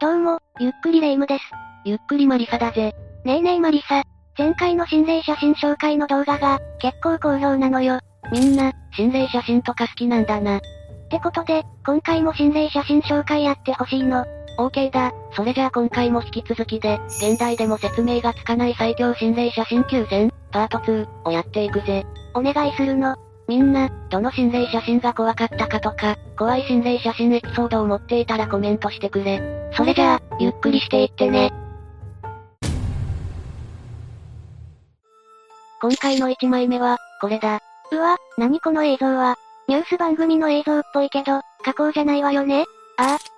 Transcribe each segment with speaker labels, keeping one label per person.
Speaker 1: どうも、ゆっくりレ夢ムです。
Speaker 2: ゆっくりマリサだぜ。
Speaker 1: ねえねえマリサ。前回の心霊写真紹介の動画が、結構好評なのよ。っ
Speaker 2: みんな、心霊写真とか好きなんだな。
Speaker 1: てことで、今回も心霊写真紹介やってほしいの。
Speaker 2: OK だ。それじゃあ今回も引き続きで、現代でも説明がつかない最強心霊写真9000、パート2をやっていくぜ。
Speaker 1: お願いするの。
Speaker 2: みんな、どの心霊写真が怖かったかとか、怖い心霊写真エピソードを持っていたらコメントしてくれ。それじゃあ、ゆっくりしていってね。今回の1枚目は、これだ。
Speaker 1: うわ、何この映像は。ニュース番組の映像っぽいけど、加工じゃないわよね。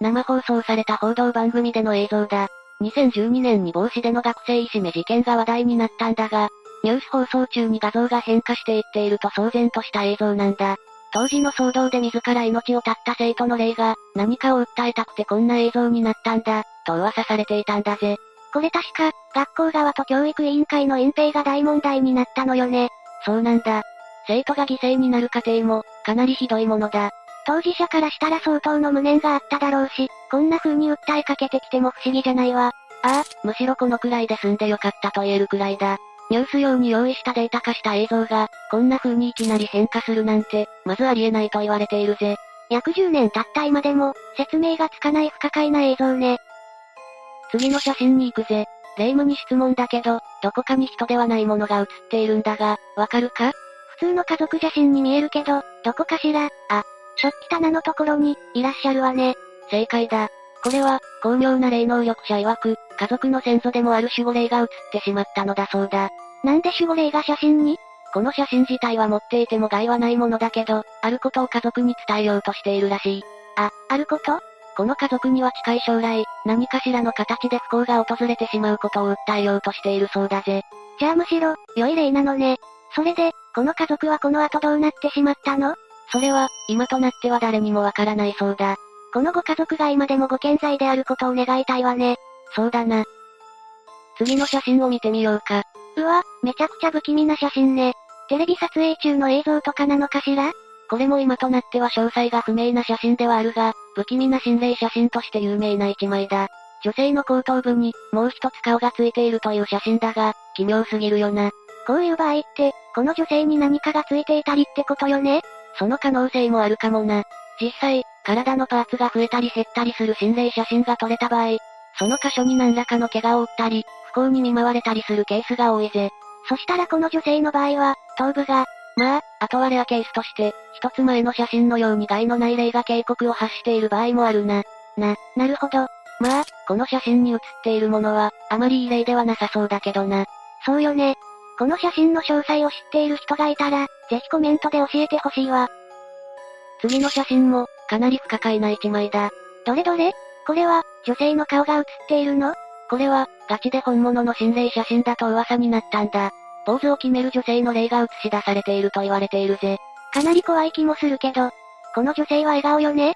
Speaker 2: 生放送された報道番組での映像だ。2012年に帽子での学生いじめ事件が話題になったんだが、ニュース放送中に画像が変化していっていると騒然とした映像なんだ。当時の騒動で自ら命を絶った生徒の霊が、何かを訴えたくてこんな映像になったんだ、と噂されていたんだぜ。
Speaker 1: これ確か、学校側と教育委員会の隠蔽が大問題になったのよね。
Speaker 2: そうなんだ。生徒が犠牲になる過程も、かなりひどいものだ。
Speaker 1: 当事者からしたら相当の無念があっただろうし、こんな風に訴えかけてきても不思議じゃないわ。
Speaker 2: ああ、むしろこのくらいで済んでよかったと言えるくらいだ。ニュース用に用意したデータ化した映像が、こんな風にいきなり変化するなんて、まずありえないと言われているぜ。
Speaker 1: 約10年経った今でも、説明がつかない不可解な映像ね。
Speaker 2: 次の写真に行くぜ。霊夢に質問だけど、どこかに人ではないものが写っているんだが、わかるか
Speaker 1: 普通の家族写真に見えるけど、どこかしら、あ、食器棚のところに、いらっしゃるわね。
Speaker 2: 正解だ。これは、巧妙な霊能力者曰く、家族の先祖でもある守護霊が写ってしまったのだそうだ。
Speaker 1: なんで守護霊が写真に
Speaker 2: この写真自体は持っていても害はないものだけど、あることを家族に伝えようとしているらしい。
Speaker 1: あ、あること
Speaker 2: この家族には近い将来、何かしらの形で不幸が訪れてしまうことを訴えようとしているそうだぜ。
Speaker 1: じゃあむしろ、良い霊なのね。それで、この家族はこの後どうなってしまったの
Speaker 2: それは、今となっては誰にもわからないそうだ。
Speaker 1: このご家族が今でもご健在であることを願いたいわね。
Speaker 2: そうだな。次の写真を見てみようか。
Speaker 1: うわ、めちゃくちゃ不気味な写真ね。テレビ撮影中の映像とかなのかしら
Speaker 2: これも今となっては詳細が不明な写真ではあるが、不気味な心霊写真として有名な一枚だ。女性の後頭部に、もう一つ顔がついているという写真だが、奇妙すぎるよな。
Speaker 1: こういう場合って、この女性に何かがついていたりってことよね
Speaker 2: その可能性もあるかもな。実際、体のパーツが増えたり減ったりする心霊写真が撮れた場合、その箇所に何らかの怪我を負ったり、不幸に見舞われたりするケースが多いぜ。
Speaker 1: そしたらこの女性の場合は、頭部が、
Speaker 2: まあ、あとはレアケースとして、一つ前の写真のように害のない霊が警告を発している場合もあるな。
Speaker 1: な、なるほど。
Speaker 2: まあ、この写真に写っているものは、あまりいい例ではなさそうだけどな。
Speaker 1: そうよね。この写真の詳細を知っている人がいたら、ぜひコメントで教えてほしいわ。
Speaker 2: 次の写真も、かなり不可解な一枚だ。
Speaker 1: どれどれこれは、女性の顔が写っているの
Speaker 2: これは、ガチで本物の心霊写真だと噂になったんだ。ポーズを決める女性の霊が映し出されていると言われているぜ。
Speaker 1: かなり怖い気もするけど、この女性は笑顔よね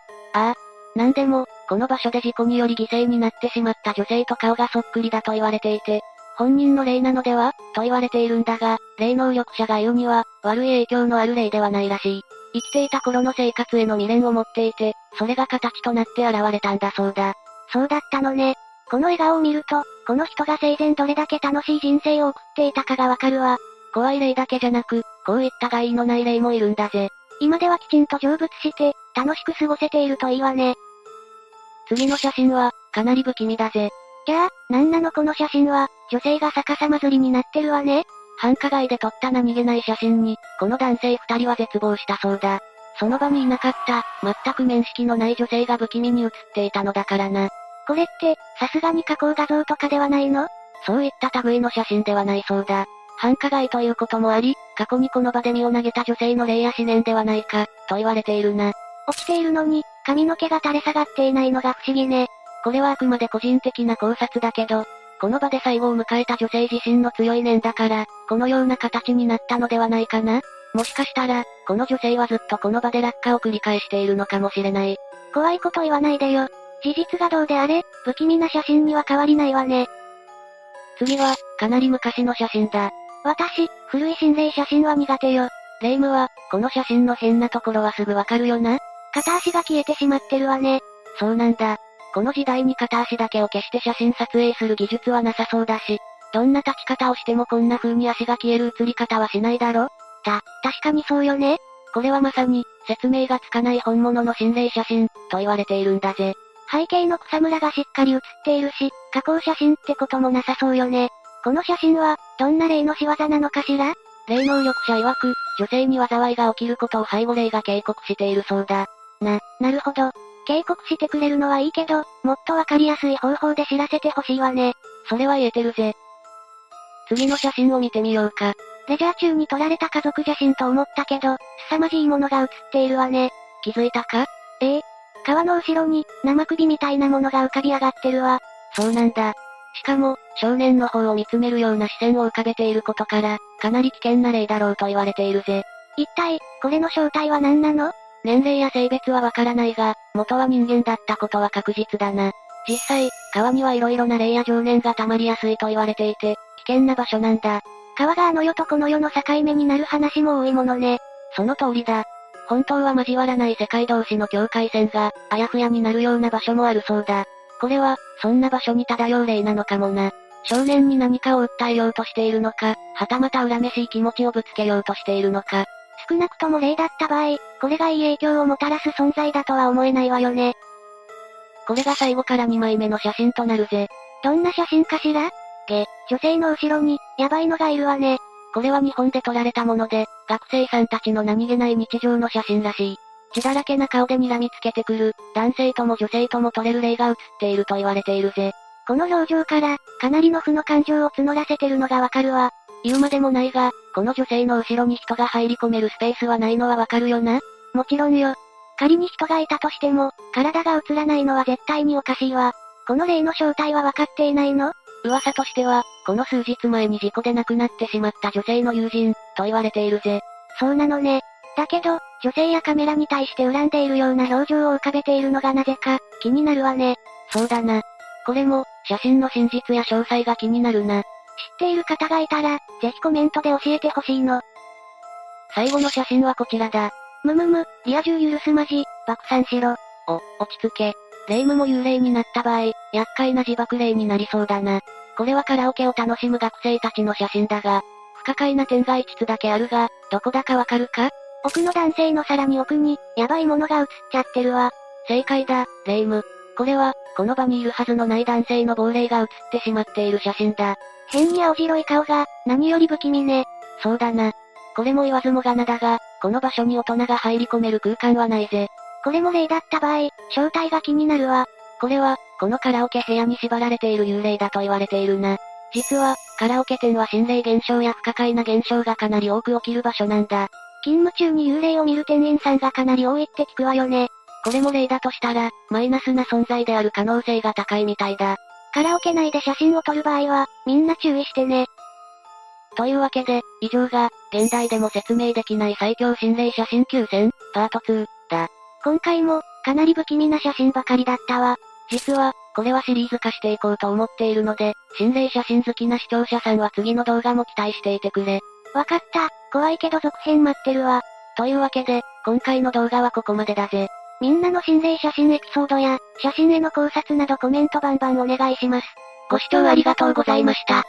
Speaker 2: なんでも、この場所で事故により犠牲になってしまった女性と顔がそっくりだと言われていて、本人の霊なのではと言われているんだが、霊能力者が言うには、悪い影響のある霊ではないらしい。生きていた頃の生活への未練を持っていて、それが形となって現れたんだそうだ。
Speaker 1: そうだったのね。この笑顔を見ると、この人が生前どれだけ楽しい人生を送っていたかがわかるわ。
Speaker 2: 怖い霊だけじゃなく、こういった害のない霊もいるんだぜ。
Speaker 1: 今ではきちんと成仏して、楽しく過ごせているといいわね。
Speaker 2: 次の写真は、かなり不気味だぜ。
Speaker 1: じゃあ、なんなのこの写真は、女性が逆さまずりになってるわね。
Speaker 2: 繁華街で撮った何気ない写真に、この男性二人は絶望したそうだ。その場にいなかった、全く面識のない女性が不気味に写っていたのだからな。
Speaker 1: これって、さすがに加工画像とかではないの
Speaker 2: そういった類の写真ではないそうだ。繁華街ということもあり、過去にこの場で身を投げた女性の霊や思念ではないか、と言われているな。
Speaker 1: 落ちているのに、髪の毛が垂れ下がっていないのが不思議ね。
Speaker 2: これはあくまで個人的な考察だけど、この場で最後を迎えた女性自身の強い念だから、このような形になったのではないかなもしかしたら、この女性はずっとこの場で落下を繰り返しているのかもしれない。
Speaker 1: 怖いこと言わないでよ。事実がどうであれ、不気味な写真には変わりないわね。
Speaker 2: 次は、かなり昔の写真だ。
Speaker 1: 私、古い心霊写真は苦手よ。
Speaker 2: 霊夢は、この写真の変なところはすぐわかるよな
Speaker 1: 片足が消えてしまってるわね。
Speaker 2: そうなんだ。この時代に片足だけを消して写真撮影する技術はなさそうだし、どんな立ち方をしてもこんな風に足が消える写り方はしないだろ
Speaker 1: た、確かにそうよね。
Speaker 2: これはまさに、説明がつかない本物の心霊写真、と言われているんだぜ。
Speaker 1: 背景の草むらがしっかり写っているし、加工写真ってこともなさそうよね。この写真は、どんな例の仕業なのかしら
Speaker 2: 霊能力者曰く、女性に災いが起きることを背後霊が警告しているそうだ。
Speaker 1: な、なるほど。警告してくれるのはいいけど、もっとわかりやすい方法で知らせてほしいわね。
Speaker 2: それは言えてるぜ。次の写真を見てみようか。
Speaker 1: レジャー中に撮られた家族写真と思ったけど、凄まじいものが写っているわね。
Speaker 2: 気づいたか
Speaker 1: ええ川の後ろに、生首みたいなものが浮かび上がってるわ。
Speaker 2: そうなんだ。しかも、少年の方を見つめるような視線を浮かべていることから、かなり危険な例だろうと言われているぜ。
Speaker 1: 一体、これの正体は何なの
Speaker 2: 年齢や性別はわからないが、元は人間だったことは確実だな。実際、川には色々な霊や情念が溜まりやすいと言われていて、危険な場所なんだ。
Speaker 1: 川があの世とこの世の境目になる話も多いものね。
Speaker 2: その通りだ。本当は交わらない世界同士の境界線が、あやふやになるような場所もあるそうだ。これは、そんな場所に漂う霊なのかもな。少年に何かを訴えようとしているのか、はたまた恨めしい気持ちをぶつけようとしているのか、
Speaker 1: 少なくとも霊だった場合、これがいい影響をもたらす存在だとは思えないわよね。
Speaker 2: これが最後から2枚目の写真となるぜ。
Speaker 1: どんな写真かしらげ、女性の後ろに、やばいのがいるわね。
Speaker 2: これは日本で撮られたもので、学生さんたちの何気ない日常の写真らしい。血だらけな顔で睨みつけてくる、男性とも女性とも撮れる霊が写っていると言われているぜ。
Speaker 1: この表情から、かなりの負の感情を募らせてるのがわかるわ。
Speaker 2: 言うまでもないが、この女性の後ろに人が入り込めるスペースはないのはわかるよな
Speaker 1: もちろんよ。仮に人がいたとしても、体が映らないのは絶対におかしいわ。この霊の正体はわかっていないの
Speaker 2: 噂としては、この数日前に事故で亡くなってしまった女性の友人、と言われているぜ。
Speaker 1: そうなのね。だけど、女性やカメラに対して恨んでいるような表情を浮かべているのがなぜか、気になるわね。
Speaker 2: そうだな。これも、写真の真実や詳細が気になるな。
Speaker 1: 知っている方がいたら、ぜひコメントで教えてほしいの。
Speaker 2: 最後の写真はこちらだ。
Speaker 1: むむむ、リア充許すまじ、爆散しろ。
Speaker 2: お、落ち着け。霊夢も幽霊になった場合、厄介な自爆霊になりそうだな。これはカラオケを楽しむ学生たちの写真だが、不可解な点が5つだけあるが、どこだかわかるか
Speaker 1: 奥の男性のさらに奥に、やばいものが映っちゃってるわ。
Speaker 2: 正解だ、霊夢。これは、この場にいるはずのない男性の亡霊が写ってしまっている写真だ。
Speaker 1: 変に青白い顔が、何より不気味ね。
Speaker 2: そうだな。これも言わずもがなだが、この場所に大人が入り込める空間はないぜ。
Speaker 1: これも霊だった場合、正体が気になるわ。
Speaker 2: これは、このカラオケ部屋に縛られている幽霊だと言われているな。実は、カラオケ店は心霊現象や不可解な現象がかなり多く起きる場所なんだ。
Speaker 1: 勤務中に幽霊を見る店員さんがかなり多いって聞くわよね。
Speaker 2: これも例だとしたら、マイナスな存在である可能性が高いみたいだ。
Speaker 1: カラオケ内で写真を撮る場合は、みんな注意してね。
Speaker 2: というわけで、以上が、現代でも説明できない最強心霊写真9000、パート2。
Speaker 1: 今回も、かなり不気味な写真ばかりだったわ。
Speaker 2: 実は、これはシリーズ化していこうと思っているので、心霊写真好きな視聴者さんは次の動画も期待していてくれ。
Speaker 1: わかった、怖いけど続編待ってるわ。
Speaker 2: というわけで、今回の動画はここまでだぜ。
Speaker 1: みんなの心霊写真エピソードや、写真への考察などコメントバンバンお願いします。
Speaker 2: ご視聴ありがとうございました。